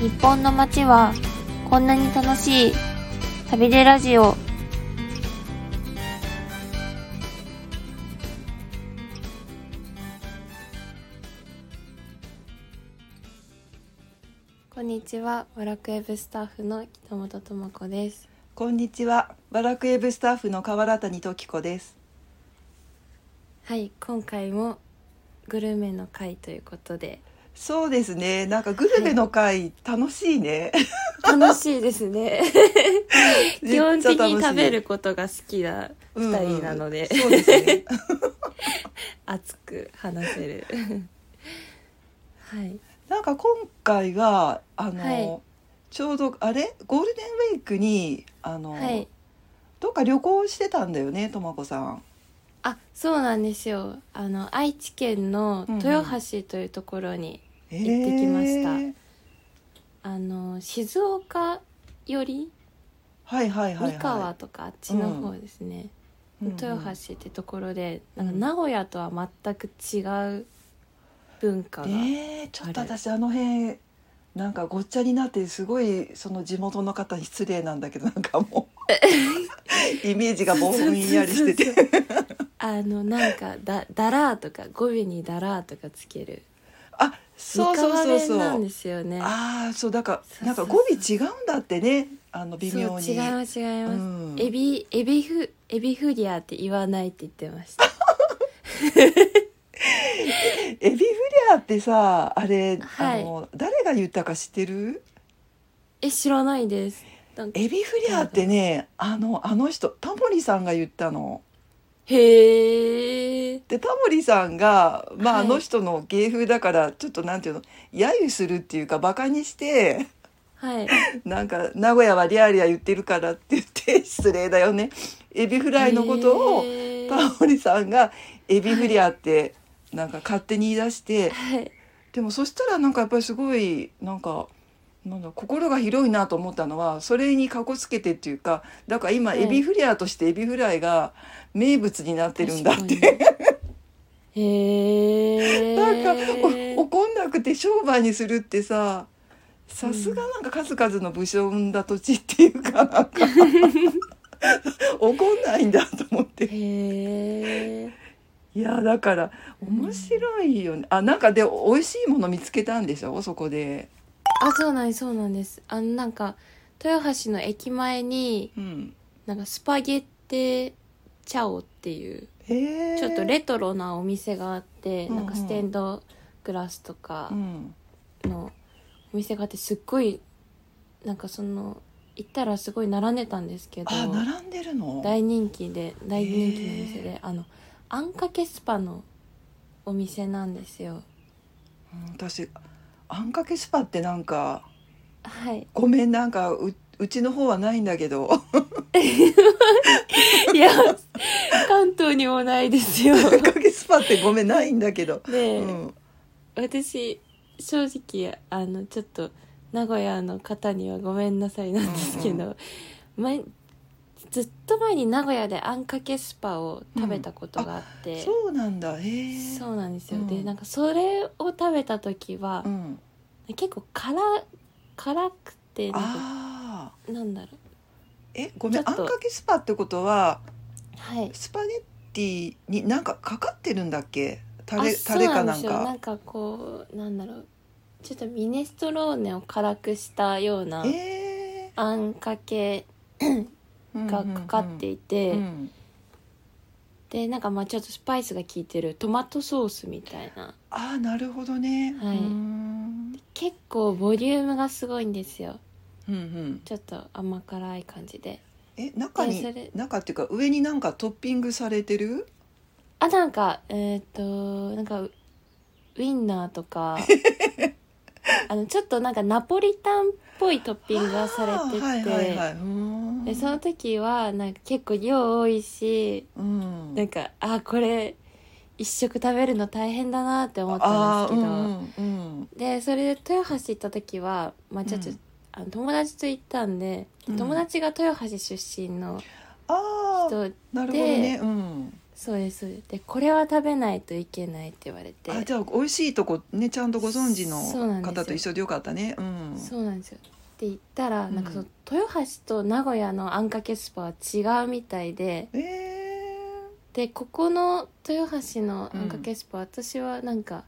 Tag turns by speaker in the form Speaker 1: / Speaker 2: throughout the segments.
Speaker 1: 日本の街はこんなに楽しい旅でラジオ
Speaker 2: こんにちは、ワラクウェブスタッフの北本智子です。
Speaker 3: こんにちは。バラクエブスタッフの河原谷時子です。
Speaker 2: はい、今回もグルメの会ということで
Speaker 3: そうですね。なんかグルメの会楽しいね。
Speaker 2: 楽しいですね。
Speaker 3: め っ
Speaker 2: 基
Speaker 3: ち
Speaker 2: 本
Speaker 3: ゃ楽しい
Speaker 2: 的に食べることが好きな 二人なので、
Speaker 3: うんうんそうですね。
Speaker 2: 熱く話せる。はい、
Speaker 3: なんか今回はあの、
Speaker 2: はい
Speaker 3: ちょうどあれゴールデンウィークにあの、
Speaker 2: はい、
Speaker 3: どっか旅行してたんだよね、とまこさん。
Speaker 2: あ、そうなんですよ。あの愛知県の豊橋というところに、
Speaker 3: 行
Speaker 2: ってきましたあの静岡より
Speaker 3: はいはいはいはい。
Speaker 2: 三河とかあっちの方ですね。
Speaker 3: うんうん
Speaker 2: 豊橋ってところで
Speaker 3: う
Speaker 2: なん
Speaker 3: ん
Speaker 2: か名古屋とは全く違う文化が、
Speaker 3: ねえちょっと私あの辺なんかごっちゃになってすごいその地元の方に失礼なんだけどなんかもうイメージがぼんやりして
Speaker 2: そう
Speaker 3: て
Speaker 2: あのなんかだ「だら」とか語尾に「だら」とかつける
Speaker 3: あそうそうそ
Speaker 2: 三
Speaker 3: う
Speaker 2: 河弁な
Speaker 3: そ
Speaker 2: んで
Speaker 3: う
Speaker 2: すよね
Speaker 3: ああそうだか
Speaker 2: そうそうそう
Speaker 3: らなんか語尾違うんだってねあの微妙に
Speaker 2: そう違います違います、
Speaker 3: うん
Speaker 2: エビエビフエビフリアって言わないって言ってました
Speaker 3: エビフリアってさあれ、
Speaker 2: はい
Speaker 3: あの誰が言ったか知ってる
Speaker 2: え知らないですなんか
Speaker 3: エビフリアってねあのあの人タモリさんが言ったの。
Speaker 2: へえ
Speaker 3: でタモリさんが、まあ、
Speaker 2: は
Speaker 3: あ
Speaker 2: い
Speaker 3: の人の芸風だからちょっとなんていうの揶揄するっていうかバカにして
Speaker 2: はい
Speaker 3: なんか名古屋はリアリア言ってるからって言って 失礼だよねエビフライのことを
Speaker 2: へー
Speaker 3: タモリさんがエビフリアってなんか勝手に言い出して
Speaker 2: はい
Speaker 3: でもそしたらなんかやっぱりすごいなんか。なんだ心が広いなと思ったのはそれにかこつけてっていうかだから今
Speaker 2: はい
Speaker 3: エビフリアとしてエビフライが名物になってるんだって
Speaker 2: 確かに。へえ。
Speaker 3: なんかお怒んなくて商売にするってささすがなんか数々の武将を生んだ土地っていうかなんか怒んないんだと思って
Speaker 2: へえ。
Speaker 3: いやだから
Speaker 2: うん
Speaker 3: 面白いよねあなんかで美味しいもの見つけたんでしょそこで、
Speaker 2: あ、そうなんです、そうなんです。あの、なんか、豊橋の駅前に、
Speaker 3: うん、
Speaker 2: なんかスパゲッテチャオっていう、
Speaker 3: へえ
Speaker 2: ちょっとレトロなお店があって、
Speaker 3: うんう
Speaker 2: な
Speaker 3: ん
Speaker 2: んかステンドグラスとか
Speaker 3: うん
Speaker 2: のお店があって、すっごい、なんかその、行ったらすごい並んでたんですけど、
Speaker 3: あ並んでるの
Speaker 2: 大人気で、大人気のお店
Speaker 3: へ
Speaker 2: で、あの、あんかけスパのお店なんですよ。
Speaker 3: うん私あんかけスパってなんか
Speaker 2: はい。
Speaker 3: ごめんなんかううちの方はないんだけど
Speaker 2: いや、関東にもないですよ。
Speaker 3: あんかけスパってごめんないんだけど、
Speaker 2: で、
Speaker 3: うん、
Speaker 2: 私、正直、あの、ちょっと、名古屋の方にはごめんなさいなんですけど、
Speaker 3: うん
Speaker 2: 前ずっと前に名古屋であんかけスパを食べたことがあって、
Speaker 3: そうなんだへえ
Speaker 2: そうなんですよ。
Speaker 3: うん
Speaker 2: で、なんか、それを食べた時は
Speaker 3: う、ん、
Speaker 2: 結構辛、辛くてなんか
Speaker 3: ああ
Speaker 2: なんだろう。
Speaker 3: えごめん
Speaker 2: ちょ
Speaker 3: あ
Speaker 2: っ
Speaker 3: ん
Speaker 2: と
Speaker 3: かけスパってことは
Speaker 2: はい。
Speaker 3: スパゲッティになんかかかってるんだっけタ
Speaker 2: あ
Speaker 3: レタレかなん
Speaker 2: そうな
Speaker 3: か
Speaker 2: んですよなんかこうなんだろうちょっとミネストローネを辛くしたような
Speaker 3: え
Speaker 2: あんかけ
Speaker 3: ー、
Speaker 2: がかかって
Speaker 3: い
Speaker 2: いて、
Speaker 3: て
Speaker 2: でなんかまあちょっとスパイスが効いてるトマトソースみたいな
Speaker 3: ああなるほどね
Speaker 2: はいう
Speaker 3: ーん
Speaker 2: 結構ボリュームがすごいんですよ
Speaker 3: うんうん
Speaker 2: ちょっと甘辛い感じで
Speaker 3: え中
Speaker 2: でそれ
Speaker 3: に中っていうか上になんかトッピングされてる
Speaker 2: あなんかえーっ、となんかウウインナーと かあのちょっとなんかナポリタンっぽいトッピングがされてて、
Speaker 3: あーはいはいはいうーん
Speaker 2: でその時はなんか結構量多いし
Speaker 3: うん
Speaker 2: なんかあこれ一食食べるの大変だなって思ったん
Speaker 3: あ
Speaker 2: で
Speaker 3: ー
Speaker 2: す
Speaker 3: う
Speaker 2: けど、
Speaker 3: んうん
Speaker 2: でそれで豊橋行った時は、まあ、ちょっと、
Speaker 3: うん
Speaker 2: あの友達と行ったんで
Speaker 3: うん
Speaker 2: 友達が豊橋出身の
Speaker 3: ああ
Speaker 2: 人、
Speaker 3: なるほどねうん
Speaker 2: そうですそうですでこれは食べないといけないって言われて
Speaker 3: あじゃあ美味しいとこねちゃんとご存知
Speaker 2: そうな
Speaker 3: の
Speaker 2: んですよ
Speaker 3: 方と一緒でよかったねうん
Speaker 2: そうなんですよって言ったら、
Speaker 3: うん
Speaker 2: なんかその豊橋と名古屋のあんかけスパは違うみたいで
Speaker 3: ええ
Speaker 2: でここの豊橋のあんかけスパ、私はなんか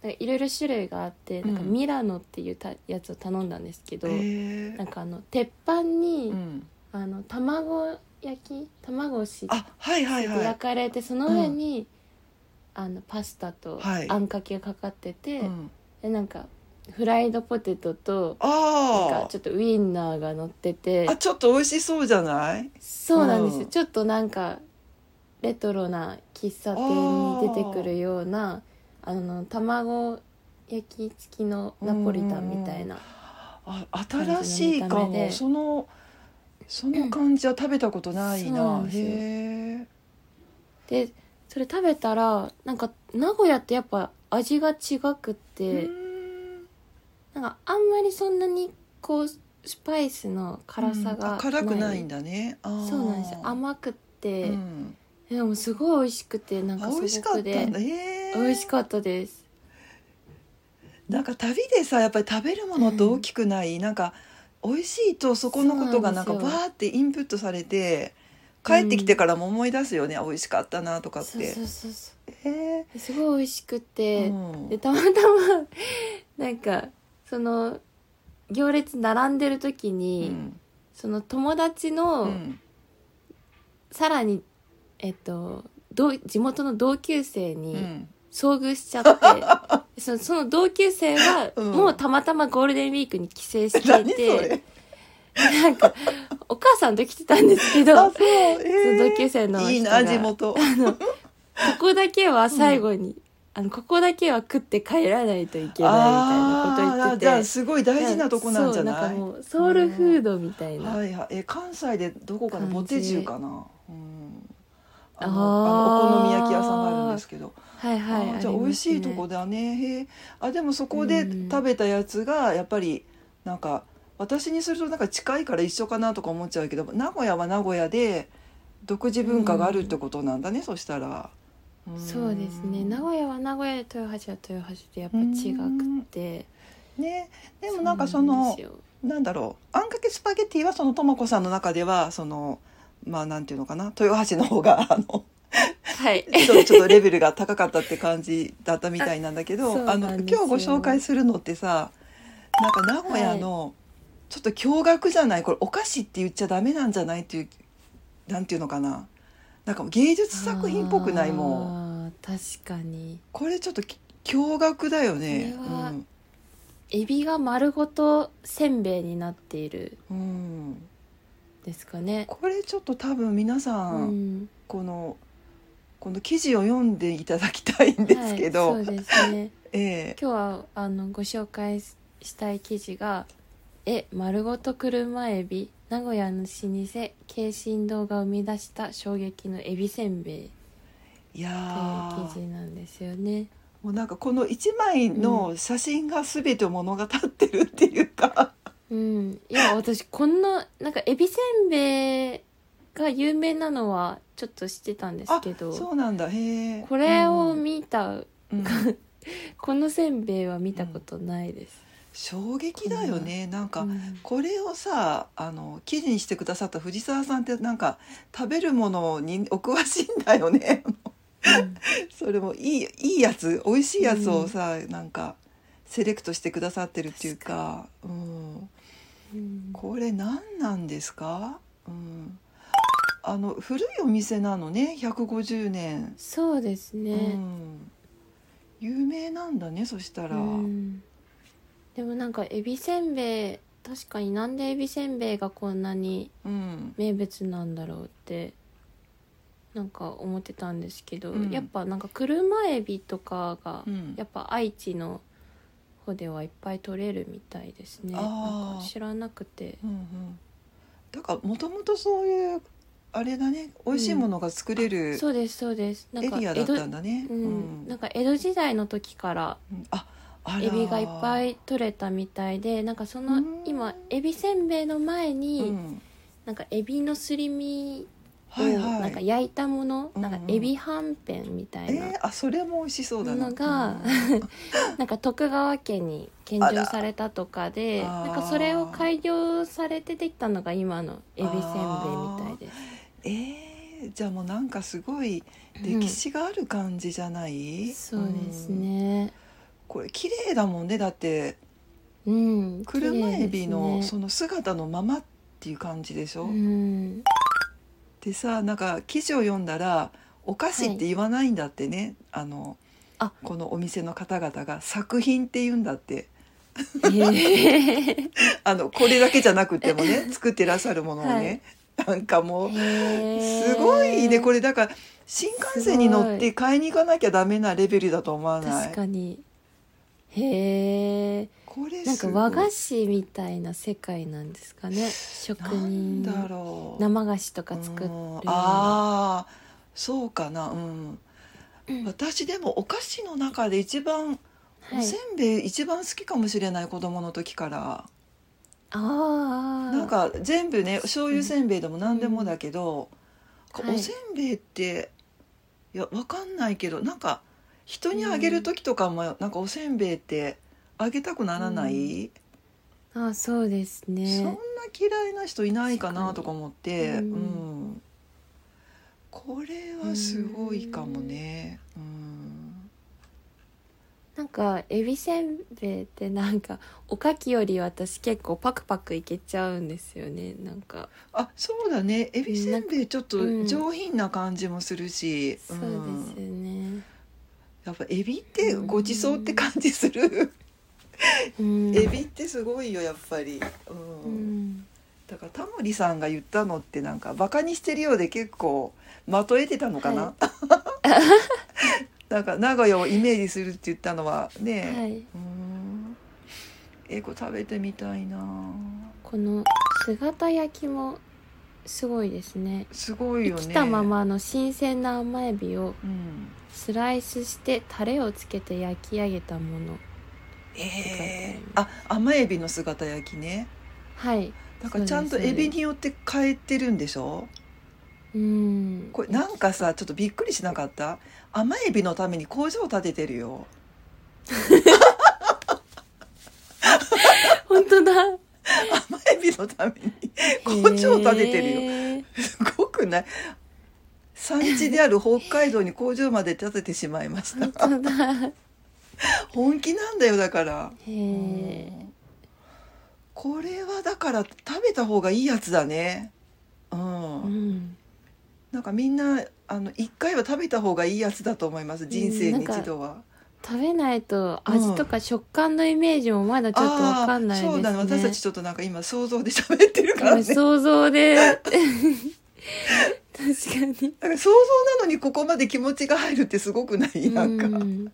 Speaker 2: なんかいろいろ種類があって、なんか
Speaker 3: うん
Speaker 2: ミラノっていうたやつを頼んだんですけど、
Speaker 3: ええ
Speaker 2: なんかあの鉄板に、
Speaker 3: うん、
Speaker 2: あの卵焼き卵を敷いて
Speaker 3: あはいはいは
Speaker 2: 焼
Speaker 3: い、
Speaker 2: かれてその上に、あのパスタと
Speaker 3: はい
Speaker 2: あんかけがかかってて、
Speaker 3: うん、
Speaker 2: でなんかフライドポテトとなんか
Speaker 3: あ
Speaker 2: ちょっとウインナーが乗ってて
Speaker 3: ああちょっと美味しそうじゃない
Speaker 2: そうなんですよ、
Speaker 3: うん
Speaker 2: ちょっとなんかレトロな喫茶店に出てくるようなあの卵焼き付きのナポリタンみたいな、
Speaker 3: あ新しい
Speaker 2: 感じの見
Speaker 3: か
Speaker 2: た目
Speaker 3: も
Speaker 2: で
Speaker 3: そのその感じは食べたことない
Speaker 2: そう
Speaker 3: な、
Speaker 2: なんですよ
Speaker 3: へえ
Speaker 2: でそれ食べたらなんか名古屋ってやっぱ味が違くって。なんかあんまりそんなにこうスパイスの辛さが、
Speaker 3: うんあ辛くないんだねあー
Speaker 2: そうなんですよ甘くって、
Speaker 3: うん
Speaker 2: でもすごい美味しくてなんか
Speaker 3: あ美味
Speaker 2: 素
Speaker 3: しか
Speaker 2: 朴
Speaker 3: ったんだ
Speaker 2: で
Speaker 3: へー
Speaker 2: 美味しかったです
Speaker 3: なんか旅でさやっぱり食べるものって大きくない、なんか美味しいとそこのことがなんか
Speaker 2: そう
Speaker 3: バ
Speaker 2: なんですよ
Speaker 3: ーってインプットされて帰ってきてからも思い出すよね、美味しかったなとかっ
Speaker 2: そう
Speaker 3: て
Speaker 2: そうそうそ
Speaker 3: へ
Speaker 2: うすごい美味しくて、
Speaker 3: えうん
Speaker 2: でたまたま なんかその行列並んでる時
Speaker 3: う
Speaker 2: に、
Speaker 3: ん
Speaker 2: その友達
Speaker 3: う
Speaker 2: の、
Speaker 3: ん
Speaker 2: さらにえっと同地元の同級生に、
Speaker 3: うん
Speaker 2: 遭遇しちゃって そのその同級生は、
Speaker 3: うん
Speaker 2: もうたまたまゴールデンウィークに帰省してい
Speaker 3: 何そ
Speaker 2: て
Speaker 3: れ
Speaker 2: なんかお母さんと来てたんですけど
Speaker 3: あ
Speaker 2: そ
Speaker 3: そうへ
Speaker 2: の
Speaker 3: え
Speaker 2: 同級生の人が
Speaker 3: いいな地元
Speaker 2: ここだけは最後に、あのここだけは食って帰らないといけないみたいなこと言
Speaker 3: あ
Speaker 2: っ
Speaker 3: ー
Speaker 2: てて
Speaker 3: じゃあすごい大事なとこなんじ
Speaker 2: そ
Speaker 3: ゃ
Speaker 2: う
Speaker 3: なんい
Speaker 2: かもうソウルフードみたいな、
Speaker 3: はいはいえ関西でどこかの
Speaker 2: 感じ
Speaker 3: ボテジュかなうん
Speaker 2: あー
Speaker 3: あのあのお好み焼き屋さんがあるんですけど
Speaker 2: はいはい
Speaker 3: あじゃあ美味しいとこ
Speaker 2: で
Speaker 3: だねへえあでもそこで食べたやつがやっぱりなんか私にするとなんか近いから一緒かなとか思っちゃうけど名古屋は名古屋で独自文化があるってことなんだね、そしたら、ん
Speaker 2: そうですね名古屋は名古屋で豊橋は豊橋でやっぱ違くて
Speaker 3: ねでもなんかそ
Speaker 2: うん
Speaker 3: の
Speaker 2: ですよ
Speaker 3: なんだろうあんかけスパゲティはそのともこさんの中ではそのまあなんていうのかな豊橋の方があの
Speaker 2: はい
Speaker 3: ちょちょっとレベルが高かったって感じだったみたいなんだけ
Speaker 2: あそう
Speaker 3: どあ
Speaker 2: なんです
Speaker 3: の
Speaker 2: よ
Speaker 3: 今日ご紹介するのってさなんか名古屋のちょっと驚愕じゃないこれお菓子って言っちゃダメなんじゃないっていうなんていうのかななんか芸術作品っぽくないもう
Speaker 2: う確かに
Speaker 3: これちょっとき驚愕だよね。
Speaker 2: それはエビが丸ごとせんべいになっている
Speaker 3: うん、うん
Speaker 2: ですかね
Speaker 3: これちょっと多分皆さ、
Speaker 2: うんん
Speaker 3: このこの記事を読んでいただきたいんですけど、
Speaker 2: はい、そうですね
Speaker 3: ええ
Speaker 2: 今日はあのご紹介ししたい記事が「え丸ごと車エビ名古屋の老舗京神堂が生み出した衝撃のエビせんべい」
Speaker 3: いや
Speaker 2: という
Speaker 3: ー
Speaker 2: 記事なんですよね
Speaker 3: もうなんかこの一枚の写真が全てを物語ってるっていうか、
Speaker 2: うんいや私こんななんかエビせんべいが有名なのはちょっと知ってたんです
Speaker 3: あ
Speaker 2: けど
Speaker 3: そうなんだへえ
Speaker 2: これを見た、
Speaker 3: うん
Speaker 2: このせんべいは見たことないです、
Speaker 3: 衝撃だよねなんか、
Speaker 2: うん
Speaker 3: これをさあの記事にしてくださった藤沢さんってなんか食べるものにお詳しいんだよね それもいいいいやつ美味しいやつをさ、なんかセレクトしてくださってるっていうかうん。
Speaker 2: うん
Speaker 3: これ何なんですか、うん、あの古いお店なのね150年、
Speaker 2: そうです
Speaker 3: う
Speaker 2: ね、
Speaker 3: ん、有名なんだねそしたら、
Speaker 2: うんでもなんかエビせんべい確かになんでエビせんべいがこんなに
Speaker 3: うん
Speaker 2: 名物なんだろうってなんか思ってたんですけど、
Speaker 3: うん
Speaker 2: やっぱなんか車エビとかが
Speaker 3: うん
Speaker 2: やっぱ愛知の方ではいっぱい取れるみたいですね
Speaker 3: あー
Speaker 2: なんか知らなくて
Speaker 3: うんうん、だからもともとそういうあれだね美味しいものが作れる
Speaker 2: そうですそうですなん
Speaker 3: エ
Speaker 2: か
Speaker 3: リアだったんだね、
Speaker 2: う
Speaker 3: うん
Speaker 2: ん、なんか江戸時代の時から
Speaker 3: うんああら
Speaker 2: エビがいっぱ
Speaker 3: い、
Speaker 2: い取れたみたいでなんかそうの
Speaker 3: ん
Speaker 2: 今エビせんべいの前
Speaker 3: う
Speaker 2: に
Speaker 3: ん
Speaker 2: なんかエビのすり身を
Speaker 3: はいはい
Speaker 2: なんか焼いたもの、
Speaker 3: うんうん
Speaker 2: なんかエビはんぺんみたいな、
Speaker 3: えー、あそれも美味しそうだな
Speaker 2: のがなんか徳川家に献
Speaker 3: あら
Speaker 2: 上されたとかで
Speaker 3: あー
Speaker 2: なんかそれを改良されてできたのが今のエビせんべいみたいです
Speaker 3: えー、じゃあもうなんかすごい歴史がある感じじゃない、
Speaker 2: そうです
Speaker 3: うん
Speaker 2: ね
Speaker 3: これ綺麗だもんねだって
Speaker 2: うん
Speaker 3: 車エビの
Speaker 2: 綺麗です
Speaker 3: その姿のままっていう感じでしょ、
Speaker 2: ね うん
Speaker 3: でさなんか記事を読んだらお菓子って言わないんだってね、あの
Speaker 2: あ
Speaker 3: このお店の方々が作品って言うんだって
Speaker 2: へー
Speaker 3: あのこれだけじゃなくても ね作ってらっしゃるものをね、なんかもうすごいねこれだから新幹線に乗って買いに行かなきゃダメなレベルだと思わない
Speaker 2: 確かにへえ
Speaker 3: これ
Speaker 2: なん
Speaker 3: す
Speaker 2: か
Speaker 3: ごい
Speaker 2: 和菓子みたいな世界なんですかね職人
Speaker 3: なんだろう
Speaker 2: 生菓子とか作る
Speaker 3: うん
Speaker 2: ような
Speaker 3: ああそうかなうん、
Speaker 2: うん
Speaker 3: 私でもお菓子の中で一番
Speaker 2: は
Speaker 3: お
Speaker 2: い
Speaker 3: せんべい一番好きかもしれない子供の時から、
Speaker 2: あー
Speaker 3: なんか全部ね醤油せんべいでも何でもだけど、
Speaker 2: うん
Speaker 3: なんかおせんべいっていやわかんないけどなんか人にあげる時とかも、なんかおせんべいってあげたくならない、
Speaker 2: あそうです
Speaker 3: そんな
Speaker 2: ね
Speaker 3: 嫌いな人いないかなとか思って、う
Speaker 2: 確か
Speaker 3: ん
Speaker 2: にうん
Speaker 3: これはすごいかもね。うん
Speaker 2: なんかエビせんべいってなんかおかきより私結構パクパクいけちゃうんですよねなんか
Speaker 3: あそうだねエビせんべいちょっ
Speaker 2: う
Speaker 3: と
Speaker 2: ん
Speaker 3: 上品な感じもするし、
Speaker 2: そううんですよね、
Speaker 3: やっぱエビってごちそうって感じする、
Speaker 2: うん、
Speaker 3: エビってすごいよやっぱり、う
Speaker 2: うんん
Speaker 3: だからタモリさんが言ったのってなんかバカにしてるようで結構まとえてたのかな、 なんか名古屋をイメージするって言ったのはね、
Speaker 2: はい、
Speaker 3: うんえこれ食べてみたいな
Speaker 2: この姿焼きもすごいですね
Speaker 3: すごいよ
Speaker 2: 生
Speaker 3: ね
Speaker 2: きたま、まの新鮮な甘エビを
Speaker 3: うん、
Speaker 2: スライスしてタレをつけて焼き上げたもの
Speaker 3: えー、あ甘エビの姿焼きね
Speaker 2: はい
Speaker 3: だからちゃんと
Speaker 2: そうです
Speaker 3: エビによって変えてるんでしょ
Speaker 2: うん
Speaker 3: これなんかさちょっとびっくりしなかった甘エビのために工場を建ててるよ
Speaker 2: 本当だ
Speaker 3: 甘エビのために工場を建ててるよ、
Speaker 2: よ
Speaker 3: すごくない産地である北海道に工場まで建ててしまい ました
Speaker 2: 本当だ
Speaker 3: 本気なんだよだから
Speaker 2: へえ
Speaker 3: これはだから食べた方がいいやつだねうん、
Speaker 2: うん
Speaker 3: なんかみんなあの一回は食べた方がいいやつだと思います人生に一度は、
Speaker 2: 食べないと味とか食感のイメージもまだちょっとわかんないです
Speaker 3: あー
Speaker 2: ね。
Speaker 3: そうだね私たちちょっとなんか今想像で喋ってるから
Speaker 2: 多
Speaker 3: ね
Speaker 2: 分想像で確かに。
Speaker 3: なんか想像なのにここまで気持ちが入るってすごくないなんか、
Speaker 2: うん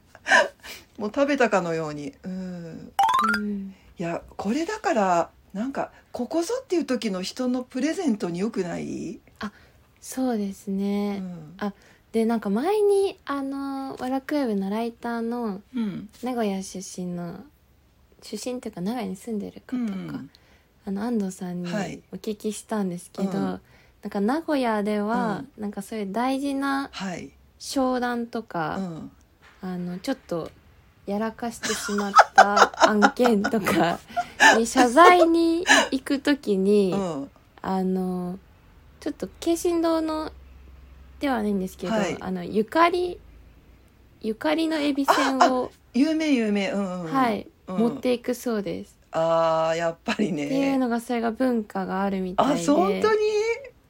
Speaker 3: もう食べたかのようにうん
Speaker 2: うん
Speaker 3: いやこれだからなんかここぞっていう時の人のプレゼントによくない、
Speaker 2: そうです
Speaker 3: う
Speaker 2: ね。
Speaker 3: ん
Speaker 2: でなんか前にあのワラクエブのライターの
Speaker 3: うん
Speaker 2: 名古屋出身の出身っていうか名古屋に住んでる
Speaker 3: う
Speaker 2: 方か、
Speaker 3: ん
Speaker 2: あの安藤さんに
Speaker 3: はい
Speaker 2: お聞きしたんですけど、
Speaker 3: うん
Speaker 2: なんか名古屋では、なんかそういう大事な
Speaker 3: はい、
Speaker 2: 商談とか
Speaker 3: う、ん、
Speaker 2: あのちょっとやらかしてしまった案件とかに謝罪に行く時 に、
Speaker 3: うん、
Speaker 2: あのちょっと慶心堂のではないんですけど、
Speaker 3: はい
Speaker 2: あのゆかりゆかりのエビせんを、
Speaker 3: 有名有名うんうん
Speaker 2: はい、
Speaker 3: うん
Speaker 2: 持っていくそうです、
Speaker 3: あーやっぱり
Speaker 2: っていう
Speaker 3: ね
Speaker 2: のがそれが文化があるみたい
Speaker 3: あ
Speaker 2: で
Speaker 3: そう本当に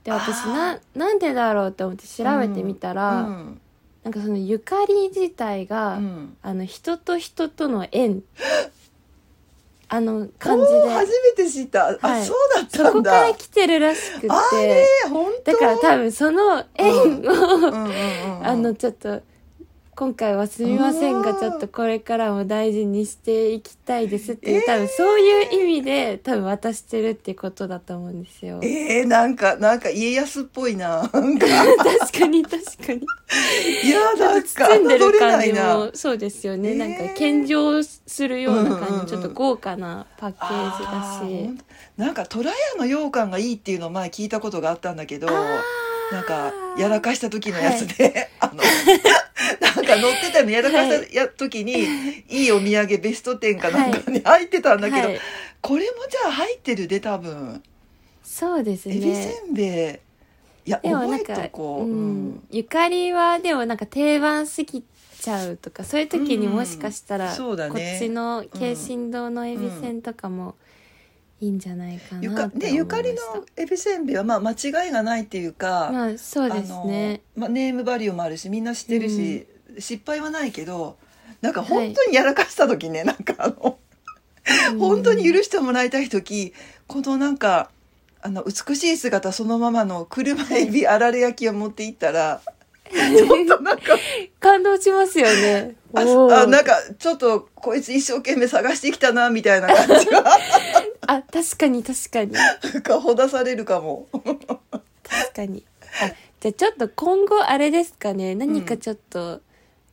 Speaker 2: で私
Speaker 3: あー
Speaker 2: ななんでだろうって思って調べてみた
Speaker 3: う
Speaker 2: ら、
Speaker 3: ん
Speaker 2: なんかそのゆかり自体が、
Speaker 3: うん
Speaker 2: あの人と人との縁あの
Speaker 3: お
Speaker 2: 感じ
Speaker 3: ー初
Speaker 2: で
Speaker 3: めて知った、
Speaker 2: は
Speaker 3: あ
Speaker 2: い
Speaker 3: そうだっ
Speaker 2: そ
Speaker 3: たん
Speaker 2: こ
Speaker 3: だ
Speaker 2: から来てるらしく
Speaker 3: あ
Speaker 2: て
Speaker 3: えー本当
Speaker 2: だから多分その縁を、
Speaker 3: うんうんうんうん
Speaker 2: あのちょっと今回はすみませんが
Speaker 3: あー
Speaker 2: ちょっとこれからも大事にしていきたいですっていう、
Speaker 3: えー
Speaker 2: 多分そういう意味で多分渡してるっていうことだと思うんですよ。
Speaker 3: えー、なんかなんか家康っぽいなな んかい
Speaker 2: 確かに確かに
Speaker 3: や
Speaker 2: ちょ
Speaker 3: な
Speaker 2: っ
Speaker 3: ん
Speaker 2: と
Speaker 3: か
Speaker 2: 包んでる感
Speaker 3: 侮れ
Speaker 2: じ
Speaker 3: ないな
Speaker 2: もそうですよね、
Speaker 3: えー
Speaker 2: なんか献上するような
Speaker 3: うんうん
Speaker 2: 感
Speaker 3: うん
Speaker 2: じちょっと豪華なパッケージだし。
Speaker 3: あーほんとなんかトラヤの羊羹がいいっていうのを前聞いたことがあったんだけど
Speaker 2: あー
Speaker 3: なんかやらかした時のやつで、 あのなんか乗ってたのやらかしたや時に、い、いお土産ベスト10かなんかに入ってたんだけど、
Speaker 2: はい、
Speaker 3: これもじゃあ入ってるで多分
Speaker 2: そうです
Speaker 3: エビ
Speaker 2: ね
Speaker 3: せんべいいや
Speaker 2: でも
Speaker 3: 覚
Speaker 2: な
Speaker 3: え
Speaker 2: んか
Speaker 3: とこう、
Speaker 2: う
Speaker 3: うん
Speaker 2: ん、ゆかりはでもなんか定番すぎちゃうとかそういう時にもしかしたら、
Speaker 3: うんそうだね
Speaker 2: こっちの京神堂のエビせんとかもいいんじゃないかなって思
Speaker 3: ゆ
Speaker 2: い
Speaker 3: か
Speaker 2: ました、
Speaker 3: ねゆかりのエビせんべいはまあ間違いがないっていうか、
Speaker 2: まあそうですね
Speaker 3: あの、まあ、ネームバリューもあるしみんな知ってるし、失敗はないけどなんか本当にやらかした時ね、なんかあの本当に許してもらいたい時このなんかあの美しい姿そのままの車エビあられ焼きを持っていったら、ちょっとなんか
Speaker 2: 感動しますよね。
Speaker 3: あ
Speaker 2: おー
Speaker 3: あなんかちょっとこいつ一生懸命探してきたなみたいな感じ が
Speaker 2: あ確かに確かに
Speaker 3: なんかほだされるかも。
Speaker 2: 確かに。あじゃあちょっと今後あれですかね何かちょっと、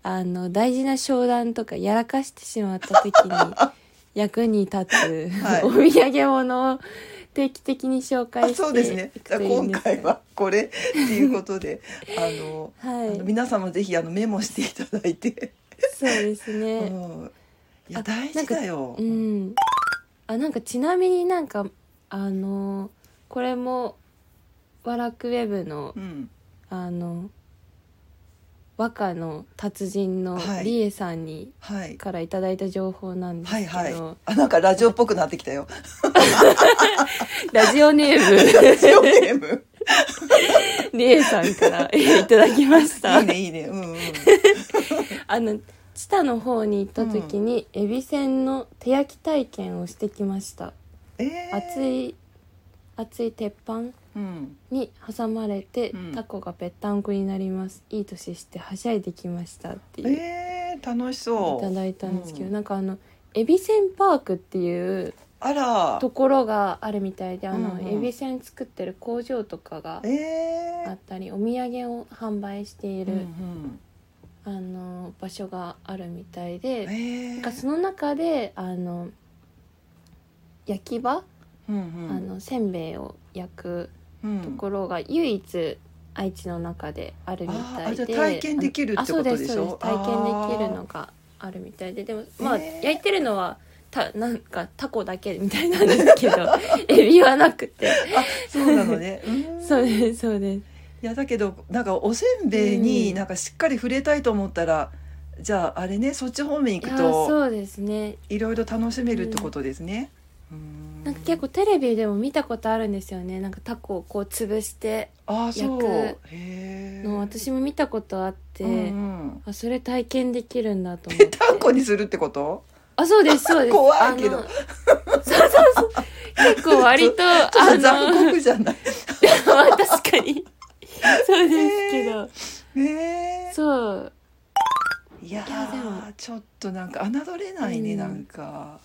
Speaker 2: あの大事な商談とかやらかしてしまった時 に役に立つ、
Speaker 3: はい
Speaker 2: お土産物を定期的に紹介して
Speaker 3: あそうですね
Speaker 2: いく
Speaker 3: じゃあ
Speaker 2: といいん
Speaker 3: 今
Speaker 2: です
Speaker 3: 回はこれっていうことであの、
Speaker 2: はい
Speaker 3: あの皆様ぜひあのメモしていただいて、
Speaker 2: そうです
Speaker 3: う
Speaker 2: ね。
Speaker 3: ん、いや
Speaker 2: あ
Speaker 3: 大事だよ
Speaker 2: う、ん。あなんかちなみになんかあのこれもワラクウェブの
Speaker 3: うん、
Speaker 2: あの和歌の達人の
Speaker 3: はい
Speaker 2: リエさんに、
Speaker 3: はい
Speaker 2: からいただいた情報なんです
Speaker 3: は
Speaker 2: け
Speaker 3: い
Speaker 2: ど、
Speaker 3: はいあなんかラジオっぽくなってきたよ
Speaker 2: ラジオネ
Speaker 3: ラジオ
Speaker 2: ー
Speaker 3: ネーム
Speaker 2: ムリエさんからえーいただきました
Speaker 3: いいねいいね うんうん
Speaker 2: あの知多の方に行った時に、えびせんの手焼き体験をしてきました
Speaker 3: えー、
Speaker 2: 熱い熱い鉄板
Speaker 3: うん
Speaker 2: に挟まれて、
Speaker 3: うん
Speaker 2: タコがぺったんこになりますいい年してはしゃいできましたっていう
Speaker 3: えー、楽し
Speaker 2: い
Speaker 3: そ
Speaker 2: た
Speaker 3: う
Speaker 2: だいたんですけど、
Speaker 3: うん
Speaker 2: なんかあのえびせんパークっていう
Speaker 3: あら
Speaker 2: ところがあるみたいであの、
Speaker 3: うんうん
Speaker 2: えびせん作ってる工場とかが
Speaker 3: え
Speaker 2: あ
Speaker 3: ー
Speaker 2: ったりお土産を販売してい
Speaker 3: うんう
Speaker 2: る、
Speaker 3: ん、
Speaker 2: あの場所があるみたいで、
Speaker 3: え
Speaker 2: なんか
Speaker 3: ー
Speaker 2: その中であの焼き場、
Speaker 3: うん
Speaker 2: あのせんべいを焼く
Speaker 3: うん
Speaker 2: ところが唯一愛知の中であるみ
Speaker 3: あ
Speaker 2: た
Speaker 3: ーあ
Speaker 2: い
Speaker 3: じゃ
Speaker 2: で
Speaker 3: あ体験できるってことでしょ
Speaker 2: あそうですそうです体験できるのがあるみたいででもまあ、
Speaker 3: えー
Speaker 2: 焼いてるのはたなんかタコだけみたいなんですけど エビはなくて
Speaker 3: あそうなの ね、うん
Speaker 2: そうですそうです
Speaker 3: いやだけどなんかおせんべいに
Speaker 2: うん
Speaker 3: なんかしっかり触れたいと思ったら、じゃああれねそっち方面
Speaker 2: い
Speaker 3: 行
Speaker 2: や
Speaker 3: く
Speaker 2: ー
Speaker 3: と
Speaker 2: そうですね
Speaker 3: いろいろ楽しめるってことですね。う
Speaker 2: なんか結構テレビでも見たことあるんですよねなんかタコをこう潰して
Speaker 3: あーそう
Speaker 2: 焼く
Speaker 3: へー
Speaker 2: の私も見たことあって、
Speaker 3: うんうん
Speaker 2: あそれ体験できるんだと思
Speaker 3: ぺ
Speaker 2: って
Speaker 3: ったんこにするってこと
Speaker 2: あそうですそうです
Speaker 3: 怖いけど
Speaker 2: あのそうそうそう結構割とあ
Speaker 3: ちょっと 残
Speaker 2: の
Speaker 3: 酷じゃない。
Speaker 2: 確かにそうですけど、
Speaker 3: ね
Speaker 2: そう
Speaker 3: えいや
Speaker 2: いやで
Speaker 3: ー
Speaker 2: も
Speaker 3: ちょっとなんか侮れないね、
Speaker 2: うん
Speaker 3: なんか。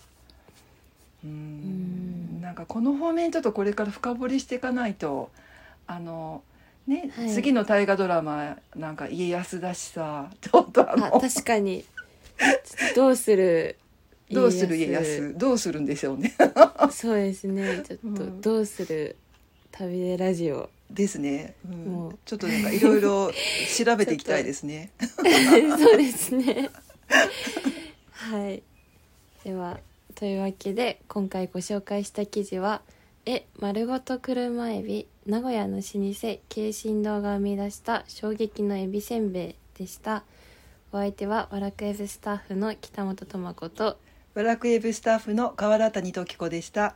Speaker 3: う
Speaker 2: うん
Speaker 3: んなんかこの方面ちょっとこれから深掘りしていかないとあのね、
Speaker 2: はい
Speaker 3: 次の大河ドラマなんか家康だしさ ちょっとあ
Speaker 2: あ
Speaker 3: の
Speaker 2: 確かにちょっとどうする
Speaker 3: どうする家康どうするんでしょうね
Speaker 2: そうですねちょっと、
Speaker 3: うん
Speaker 2: どうする旅でラジオ
Speaker 3: ですね、うん
Speaker 2: もう
Speaker 3: ちょっとなんかいろいろ調べていきたいですね
Speaker 2: そうですねはいではというわけで今回ご紹介した記事は「え丸ごと車エビ名古屋の老舗京神堂が生み出した衝撃のエビせんべい」でしたお相手はワラクエブスタッフの北本智子と
Speaker 3: ブラックエブスタッフの河原谷時子でした